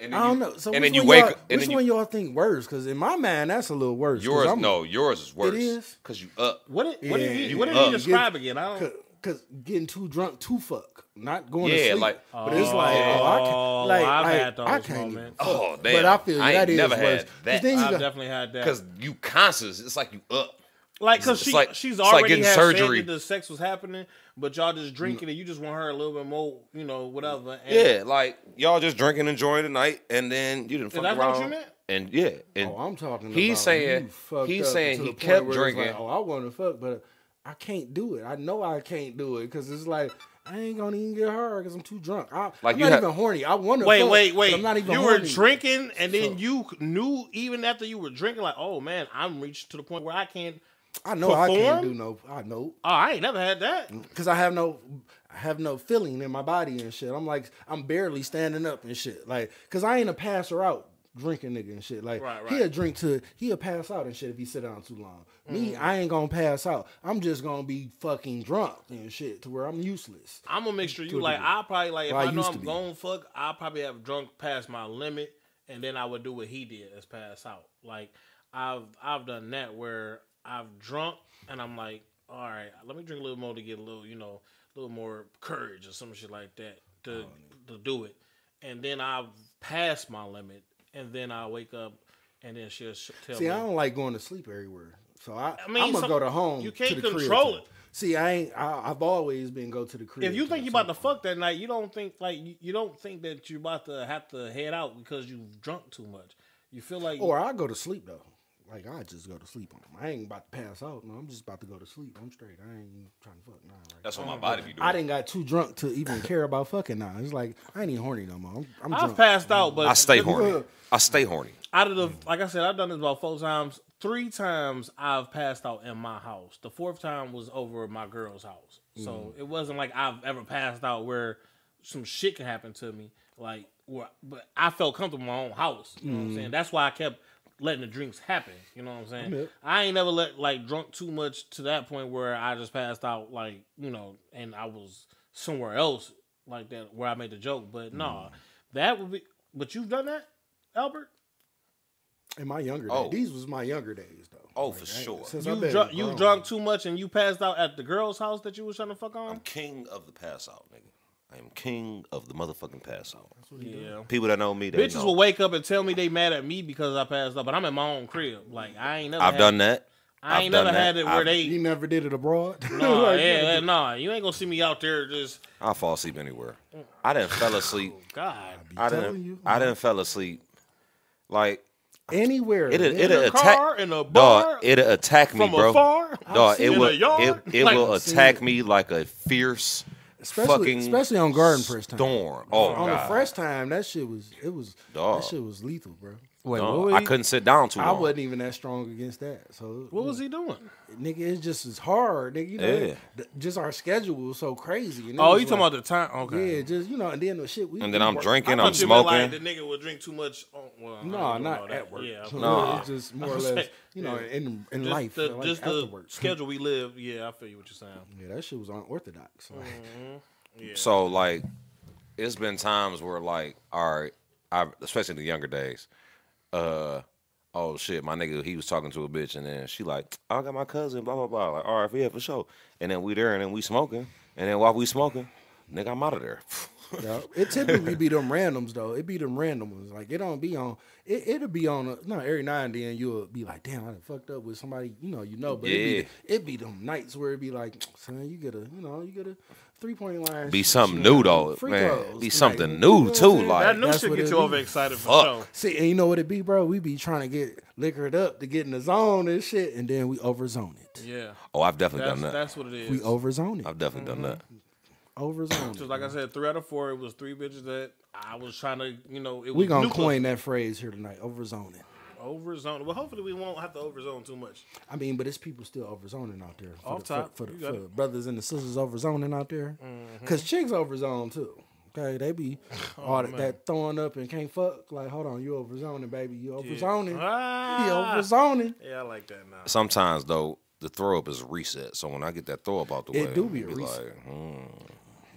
And then
I don't
you-
know. So
and
which
then you
one
wake
y'all-
up. And
which
then
one
you,
y'all think worse? Because in my mind, that's a little worse. 'cause
yours,
I'm-
no, yours is worse.
is?
because you up.
what did, what did
Yeah,
he
you
what did
up.
he describe again? I don't.
Cause getting too drunk to fuck, not going to
Yeah,
sleep.
like-
but it's like, oh, I can't, like,
I've
like,
had those
I can't even
moments.
Oh damn!
But I feel you,
I ain't
that is
never
worse.
had
'Cause
that
then you
I've
got-
definitely had that.
because you conscious. It's like you up.
Like, cause
It's
she
like-
she's
it's like
already
getting
had
surgery.
surgery. Said that the sex was happening, but y'all just drinking and you just want her a little bit more, you know, whatever. And
Yeah, like y'all just drinking, enjoying the night, and then you didn't fuck
that
around.
what you meant?
And yeah, and
Oh, I'm talking.
He's
about
saying-
you fucked
he's
up
saying
to
he
the point
kept
where it's like,
drinking.
oh, I want to fuck, but I can't do it. I know I can't do it because it's like I ain't gonna even get hard because I'm too drunk. I,
Like,
I'm
you
not
have-
even horny. I want to.
Wait,
fuck,
wait,
but
wait.
I'm not even.
you
horny.
were drinking, and then
So-
you knew even after you were drinking, like, oh man, I'm reached to the point where I can't.
I know I can't
perform?
do no. I know
Oh, I ain't never had that.
because I have no, I have no feeling in my body and shit. I'm like, I'm barely standing up and shit. Like, cause I ain't a passer out drinking nigga and shit. Like,
Right,
he'll
right.
drink to, he'll pass out and shit if he sit down too long.
Mm.
Me, I ain't gonna pass out. I'm just gonna be fucking drunk and shit to where I'm useless.
I'm gonna make sure you like. I probably like if
Well, I
I, know
used to
I'm
be.
gonna fuck, I probably have drunk past my limit, and then I would do what he did as pass out. Like I've I've done that where I've drunk and I'm like, all right, let me drink a little more to get a little, you know, a little more courage or some shit like that
Oh,
to to do it, and then I've passed my limit, and then I wake up, and then she'll sh- tell
See,
me.
I don't like going to sleep everywhere. So I, I
I mean,
am gonna
some-
go to home.
you can't
to the crib
control
time.
it.
See, I ain't. I, I've always been go to the crib.
if you
time,
think you
so-
about to fuck that night, you don't think like you, you don't think that you about to have to head out because you've drunk too much. You feel like
Or I go to sleep though. Like I just go to sleep on 'em. I ain't about to pass out. No, I'm just about to go to sleep. I'm straight. I ain't even trying to fuck. Nah, right.
that's what my body be doing.
I didn't got too drunk to even care about fucking now. It's like I ain't even horny no more. I'm, I'm
I've
drunk.
passed out, but
I stay
the-
horny. I stay horny.
Out of the like I said, I've done this about four times. Three times I've passed out in my house. The fourth time was over at my girl's house. So it wasn't like I've ever passed out where some shit could happen to me. Like where, but I felt comfortable in my own house. You know what I'm saying? That's why I kept letting the drinks happen. You know what I'm saying?
it.
I ain't never let like drunk too much to that point where I just passed out like, you know, and I was somewhere else like that where I made the joke. But no, that would be but you've done that, Albert?
in my younger days.
Oh.
These was my younger days though.
Oh,
Like,
for
I-
sure.
Since I've
You
been
drunk you
grown.
drunk too much and you passed out at the girl's house that you was trying to fuck on?
I'm king of the pass out, nigga. I am king of the motherfucking pass out.
Yeah.
People that know me, they
Bitches
know.
will wake up and tell me they mad at me because I passed out, but I'm in my own crib. Like I ain't never
I've
had,
done that.
I ain't
I've done
never had
that.
it where
I've-
they
You never did it abroad.
Nah,
Like,
yeah, yeah, nah. You ain't gonna see me out there just
I fall asleep anywhere.
Mm.
I didn't fell asleep.
God.
I
telling
didn't.
you.
I didn't fell asleep. Like
Anywhere.
it,
man.
it,
In a
attack.
car, in a bar,
dog, it attack me,
from
bro.
afar,
Dog,
in
it
a
will.
yard,
It, it
like-
will
I've
seen
attack
it.
me like a fierce,
Especially-
fucking
especially on garden press time.
storm. Oh
on
god,
the fresh time, that shit was it was
Dog.
that shit was lethal, bro.
Wait,
Dog,
what were
I
you-
couldn't sit down too
I
long.
wasn't even that strong against that. So
What was he doing?
nigga, it's just as hard, nigga. You know,
Yeah.
th- just our schedule was so crazy. And it
Oh,
was
you talking
like-
about the time? Okay.
Yeah, just you know, and then the shit we.
And then
we
I'm
work-
drinking.
I
I'm
thought you meant,
smoking.
like the nigga would drink too much. On,
No,
well, I don't even know
not
that.
at work.
Yeah,
So
Nah.
it's just more or less,
saying,
you know,
yeah.
in in
just
life,
the,
like
just
after
the
work.
schedule we live. Yeah, I feel you what you're saying.
Yeah, that shit was unorthodox. Like,
So like, it's been times where like, all right, I, especially in the younger days, uh, oh shit, my nigga, he was talking to a bitch, and then she like, oh, I got my cousin, blah blah blah, like, all right, yeah, for sure, and then we there, and then we smoking, and then while we smoking, nigga, I'm out of there.
Yeah, it typically be them randoms though. It be them random ones. Like it don't be on. It it'll be on. A, no, every now and then you'll be like, damn, I done fucked up with somebody. You know, you know. But
Yeah.
it, be, it be them nights where it be like, son, you get a, you know, you get a three point line.
Be
shit,
something
you know,
new though,
free
man.
throws,
Be
like,
something
you know
new
what I'm
too,
saying?
That
like.
new
That's
shit
what
gets
it
you
be.
overexcited for
Fuck.
sure.
See, and you know what it be, bro? We be trying to get liquored up to get in the zone and shit, and then we overzone it.
Yeah,
Oh, I've definitely
that's
done that.
that's what it is.
We overzone it.
I've definitely done
Mm-hmm.
that.
Overzone.
Just
it.
like I said, three out of four. It was three bitches that I was trying to, you know, it
we
was
gonna
nuclear.
coin that phrase here tonight. Overzone it.
overzone. Well, hopefully we won't have to overzone too much.
I mean, but it's people still overzoning out there. For
Off
the,
top,
for, for, the,
you Mm-hmm. got
for
it.
the brothers and the sisters overzoning out there, because chicks overzone too. Okay, they be
Oh,
all that, that throwing up and can't fuck. Like, hold on, you overzoning, baby, you overzoning, you
Ah.
overzoning.
Yeah, I like that now.
Sometimes though, the throw up is reset. So when I get that throw up out the
It
way,
do be a
I'll
reset.
like, hmm.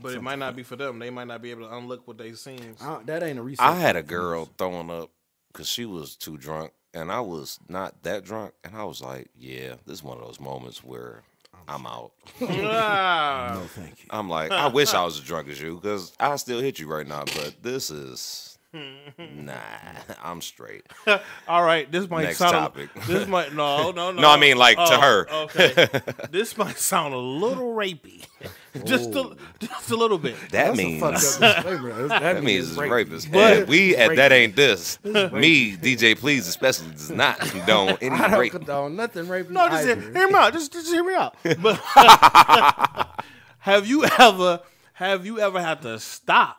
But it might not be for them. They might not be able to unlook what they seen.
I, that ain't a reason.
I had a girl throwing up because she was too drunk, and I was not that drunk, and I was like, yeah, this is one of those moments where I'm out.
Ah.
No, thank you.
I'm like, I wish I was as drunk as you because I still hit you right now, but this is. Nah, I'm straight.
All right, this might
Next
sound.
topic.
This might no, no, no.
No, I mean, like, to
Oh,
her.
Okay, this might sound a little rapey, just a, just a little bit.
That
That's a
means
fucked up disclaimer. That's- That,
that means it's
rape.
rapist.
But-
and we at
Rape.
that ain't this. Me, DJ, please, especially does not condone
I
any
don't
rape.
condone nothing rape.
No, just hear, hear me out. Just, just hear me out. But have you ever have you ever had to stop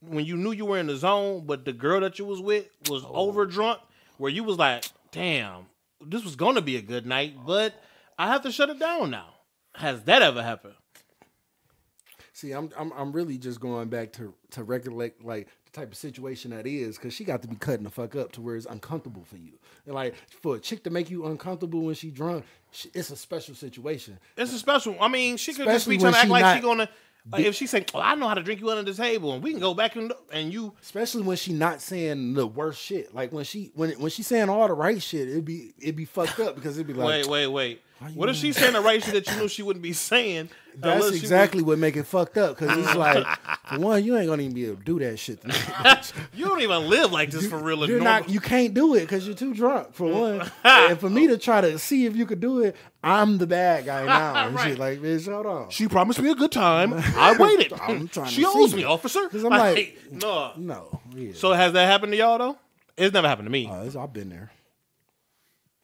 when you knew you were in the zone, but the girl that you was with was
Oh.
over drunk, where you was like, "Damn, this was gonna be a good night, but I have to shut it down now." Has that ever happened?
See, I'm I'm I'm really just going back to to recollect like the type of situation that is because she got to be cutting the fuck up to where it's uncomfortable for you. And like for a chick to make you uncomfortable when she drunk, sh it's a special situation.
It's a special. I mean, she could just
Especially
be
when
trying to act
she
like she
not
gonna. Like if she say, "Oh, I know how to drink you under the table, and we can go back and and you
Especially when she not saying the worst shit. Like when she when when she saying all the right shit, it'd be it'd be fucked up because it'd be like
wait, wait, wait.
you
What if she's saying the right shit that you knew she wouldn't be saying?
That's
unless she was-
exactly what make it fucked up because it's like, for one, you ain't gonna even be able to do that shit.
You don't even live like this for real. and
You're
normal. Mm.
not. You can't do it because you're too drunk for one, and for me to try to see if you could do it, I'm the bad guy now. And
Right.
shit, like, bitch, hold on.
she promised me a good time. I waited.
I'm trying
she
to
owes
see.
me, officer.
'Cause I'm like-
no.
No, yeah.
So has that happened to y'all though? It's never happened to me.
Uh, it's- I've been there.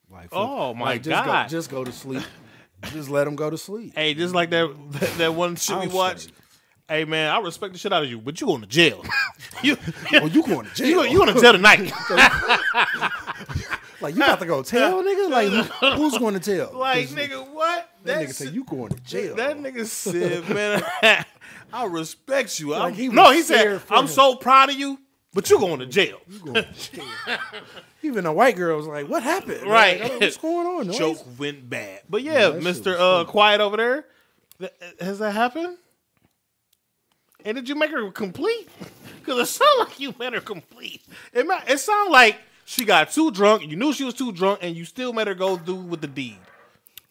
Like,
Oh,
fuck-
my
like, just
God.
Go, just go to sleep. just let them go to sleep.
hey, just like that that, that one shit we
I'm
watched.
sorry.
Hey man, I respect the shit out of you, but you going to jail. you
Well, Oh, you going to jail?
you, you going to jail tonight?
like you about to go tell nigga? Like who- who's going to tell?
like
'Cause
nigga, what?
that
That
nigga
shit-
said you going to jail.
That nigga said, man, I respect you. I'm,
Like, he was
no, he said,
scared for
I'm
him.
so proud of you, but you going to jail.
Even a white girl was like, "What happened?
Right.
Like, what's going on? Noise?"
Joke went bad. But yeah,
that shit was
Mr. Uh, Quiet over there, th- has that happened? And did you make her complete? Because it sound like you made her complete. It, ma- it sound like she got too drunk, you knew she was too drunk, and you still made her go through with the deed.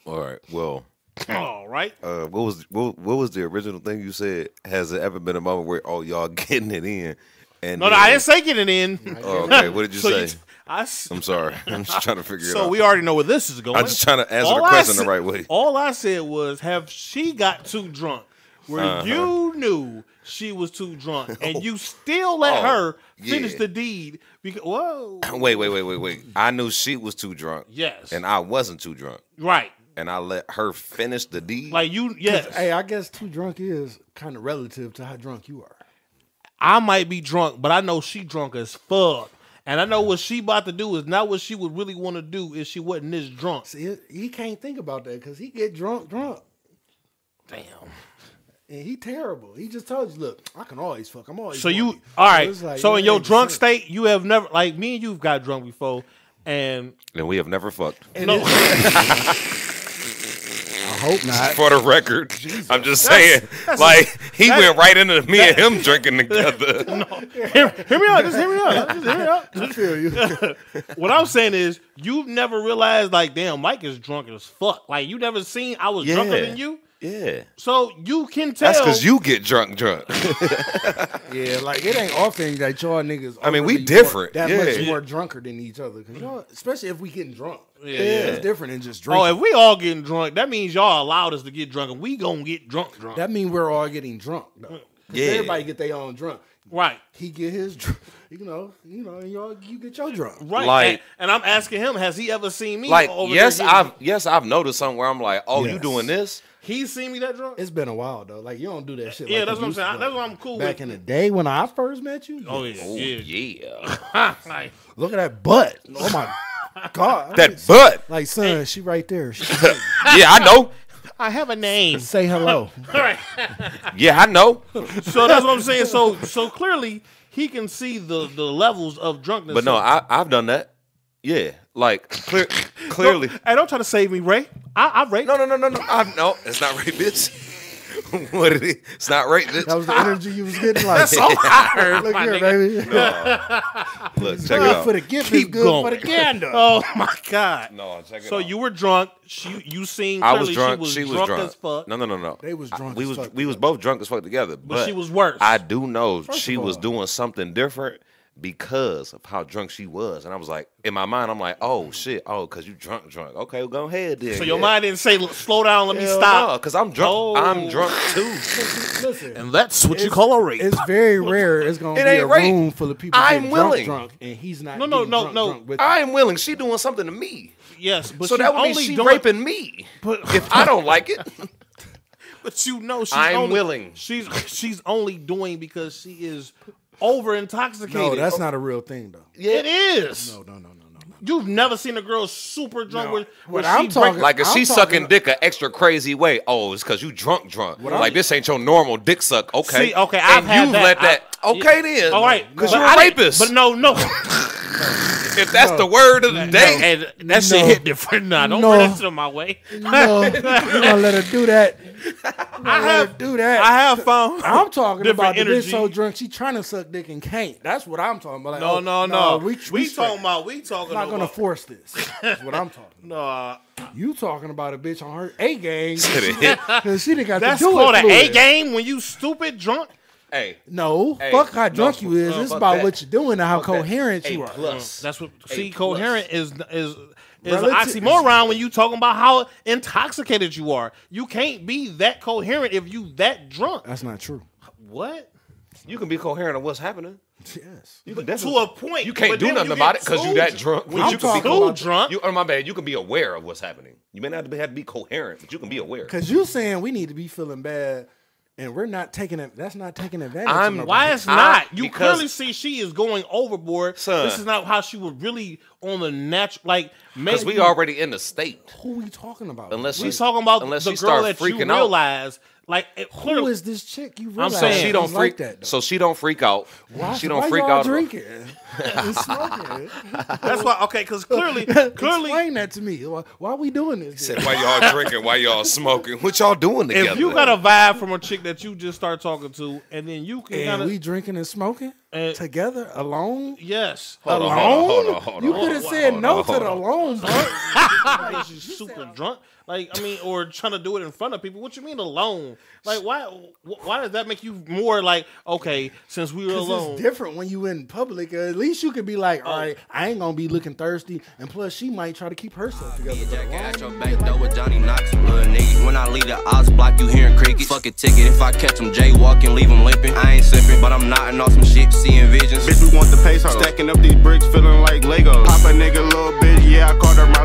All right, well.
All right.
uh, what was what, what was the original thing you said? Has it ever been a moment where oh y'all getting it in? And
No, no,
then-
I didn't say get it in.
Oh, okay, what did you
So
say?
you t- I s-
I'm sorry, I'm just trying to figure it
So
out.
we already know where this is going.
I'm just trying to answer the
I
question
said-
the right way.
All I said was, have she got too drunk? Where
Uh-huh.
you knew she was too drunk, and you still let
Oh,
her finish
yeah.
the deed because whoa,
wait, wait, wait, wait, wait. I knew she was too drunk.
yes,
and I wasn't too drunk,
right,
and I let her finish the deed.
like you, yes,
Hey, I guess too drunk is kind of relative to how drunk you are.
I might be drunk, but I know she drunk as fuck, and I know what she about to do is not what she would really want to do if she wasn't this drunk.
See, it- he can't think about that because he get drunk, drunk,
Damn.
and he terrible. He just told you, look, I can always fuck. I'm always.
So you
horny."
all right?
it's like,
so
it
in your
ain't
drunk
shit.
state, you have never like me and you've got drunk before, and
and we have never fucked.
And
no.
it's- I hope not.
For the record, I'm just saying, like he went right into me and him drinking together.
hear, hear me out. Just hear me out. Just hear me out.
I feel you.
What I'm saying is, you've never realized, like, damn, Mike is drunk as fuck. Like, you never seen I was drunker
Yeah.
than you.
Yeah,
So you can tell.
that's because you get drunk, drunk.
Yeah, like it ain't often that y'all niggas.
I mean, we
overly more-
different,
that
yeah.
much more drunker than each other, cause y'all, especially if we getting drunk.
Yeah, yeah.
it's different than just
Oh,
drinking.
if we all getting drunk, that means y'all allowed us to get drunk, and we gonna get drunk, drunk.
that mean we're all getting drunk. Though. 'Cause
Yeah.
everybody get their own drunk.
right,
He get his, dr- you know, you know, and y'all you get your drunk.
right.
Like-
and, and I'm asking him, has he ever seen me?
Like,
over
yes,
there
I've
getting-
yes, I've noticed something where I'm like, oh, you
Yes.
doing this?
He seen me that drunk.
It's been a while though. Like you don't do that shit.
Yeah,
like
that's
you
what I'm
used to,
saying. I-
but
that's what I'm cool
Back
with.
in the day when I first met you,
oh yeah,
Ooh,
yeah.
yeah,
Like,
look at that butt. Oh my god,
that butt.
like son, she right there. She
Yeah, I know.
I have a name.
say hello.
all right.
Yeah, I know.
So that's what I'm saying. So so clearly he can see the the levels of drunkenness.
But no,
So-
I I've done that. Yeah, like clear, clearly.
Hey, don't try to save me, Ray. I, I Ray.
No, no, no, no, no. I, no, it's not rape, bitch. what it is? It's not rape, bitch.
That was the energy you was getting. Like that's Look
my
here,
nigga.
baby.
Look, check it
Good for
out.
the gift is
Keep
good
going.
for the gander.
Oh my God.
No, check it
So
out.
you were drunk. She, you seen.
I
Clearly
was drunk.
She was,
drunk.
drunk, as fuck.
No, no, no, no.
They was
I-
drunk
we
as
was
fuck
we was both drunk as fuck together. But,
she was worse.
I do know she
of
was
all-
doing something different because of how drunk she was, and I was like, in my mind, I'm like, oh shit, oh, cause you drunk, drunk. Okay, well, go ahead then.
So your mind didn't say, "Look, "Slow down, let me stop."
because I'm drunk. I'm
Oh.
drunk too.
Listen,
And that's what you call a rape.
it's very rare. It's gonna
It
be a
ain't right.
room full of people
I'm
getting
willing.
drunk, drunk, and he's not.
No, no,
getting
no,
drunk,
no.
Drunk with you.
I'm willing. She doing something to me,
Yes, but
so
she's
that would mean
only
she
doing,
raping me.
But,
If I don't like it,
but you know, she's
I'm
only,
willing.
She's she's only doing because she is over intoxicated.
No, that's not a real thing though.
It is.
No, no, no, no, no. no.
You've never seen a girl super drunk where, where
What I'm
she
talking-
break-
like if
I'm
she's
talking-
sucking dick an extra crazy way, oh, it's because you drunk, drunk. Like this ain't your normal dick suck. Okay,
See, okay,
and
I've had
you
that.
let that.
I-
okay then.
all right,
because
but
you're
I
a
didn't-
rapist.
But no, no,
if that's the word of the day,
and that shit
No.
hit different. Nah, don't
No.
bring that shit in my way.
No, you gonna let her do that? I have do that.
I have found.
I'm talking
different
about the bitch
energy.
so drunk she trying to suck dick and can't. That's what I'm talking about. Like,
No,
oh,
no, no.
We, we, straight.
talking about. We talking
I'm not gonna
about.
force this. That's what I'm talking. about.
uh,
You talking about a bitch on her A game?
Should've hit.
Cause she done got
that's
to do
called
it.
an A
fluid.
game when you stupid drunk.
hey,
No,
Hey,
fuck how
no,
drunk you is.
no,
it's
fuck
about
that.
what you're doing and how
that.
coherent
A
you are.
plus.
Mm, That's what.
A
see,
plus.
coherent is is is an
Relative-
oxymoron when you talking about how intoxicated you are. You can't be that coherent if you that drunk.
That's not true.
What?
You can be coherent on what's happening.
Yes.
You can
To
definitely.
a point.
you can't
but
do
then
nothing
you
about it
get
because you
too
that drunk.
When
But
I'm
you
talking
can be
too
about-
drunk,
You, or my bad. You can be aware of what's happening. You may not have to be coherent, but you can be aware.
Cause you saying we need to be feeling bad, and we're not taking it. That's not taking advantage. of
I'm-
nobody.
Why it's
I-
not? you
because-
clearly see she is going overboard.
Son.
This is not how she would really on the natural. Like, man,
Because we already in the state.
Who we talking about?
Unless
we
she-
talking about
unless
the
she
girl
start
that you
freaking out.
realize. Like, it,
who
clearly,
is this chick? You realize
saying-
she
Yeah,
don't
it's
freak.
like that. though.
so she don't freak out.
Why-
she don't
why
freak
y'all
out. at all.
Drinking and smoking.
that's why. Okay, because clearly, clearly,
Explain that to me. Why, why are we doing this?
Said, why y'all drinking? Why y'all smoking? What y'all doing together?
if you got a vibe from a chick that you just start talking to, and then you can kind
And
of
we drinking and smoking
And-
together alone.
yes,
Eh, Hold on,
Alone?
hold on, hold on,
you
hold
could have
on,
said
hold
no
on,
to
hold
the
on.
alone, bro.
because she's super drunk. Like, I mean, or trying to do it in front of people. What you mean alone? Like, why? wh- Why does that make you more like okay? Since we were
Because
alone,
it's different when you in public. Uh, at least you could be
Oh.
like, all right, I ain't gonna be looking thirsty, and plus she might try to keep
Ah,
herself together.
Yeah,
but
Jack,
alone-
at your back door with Johnny Knox, little nigga. When I leave the odds block, you hearing crickets. Fuck a ticket. If I catch him jaywalking, leave him limping. I ain't sipping, but I'm nodding off some shit, seeing visions.
Bitch, we want the pace. Stacking up these bricks, feeling like Legos. Pop a nigga, little bitch. Yeah, I called her my little.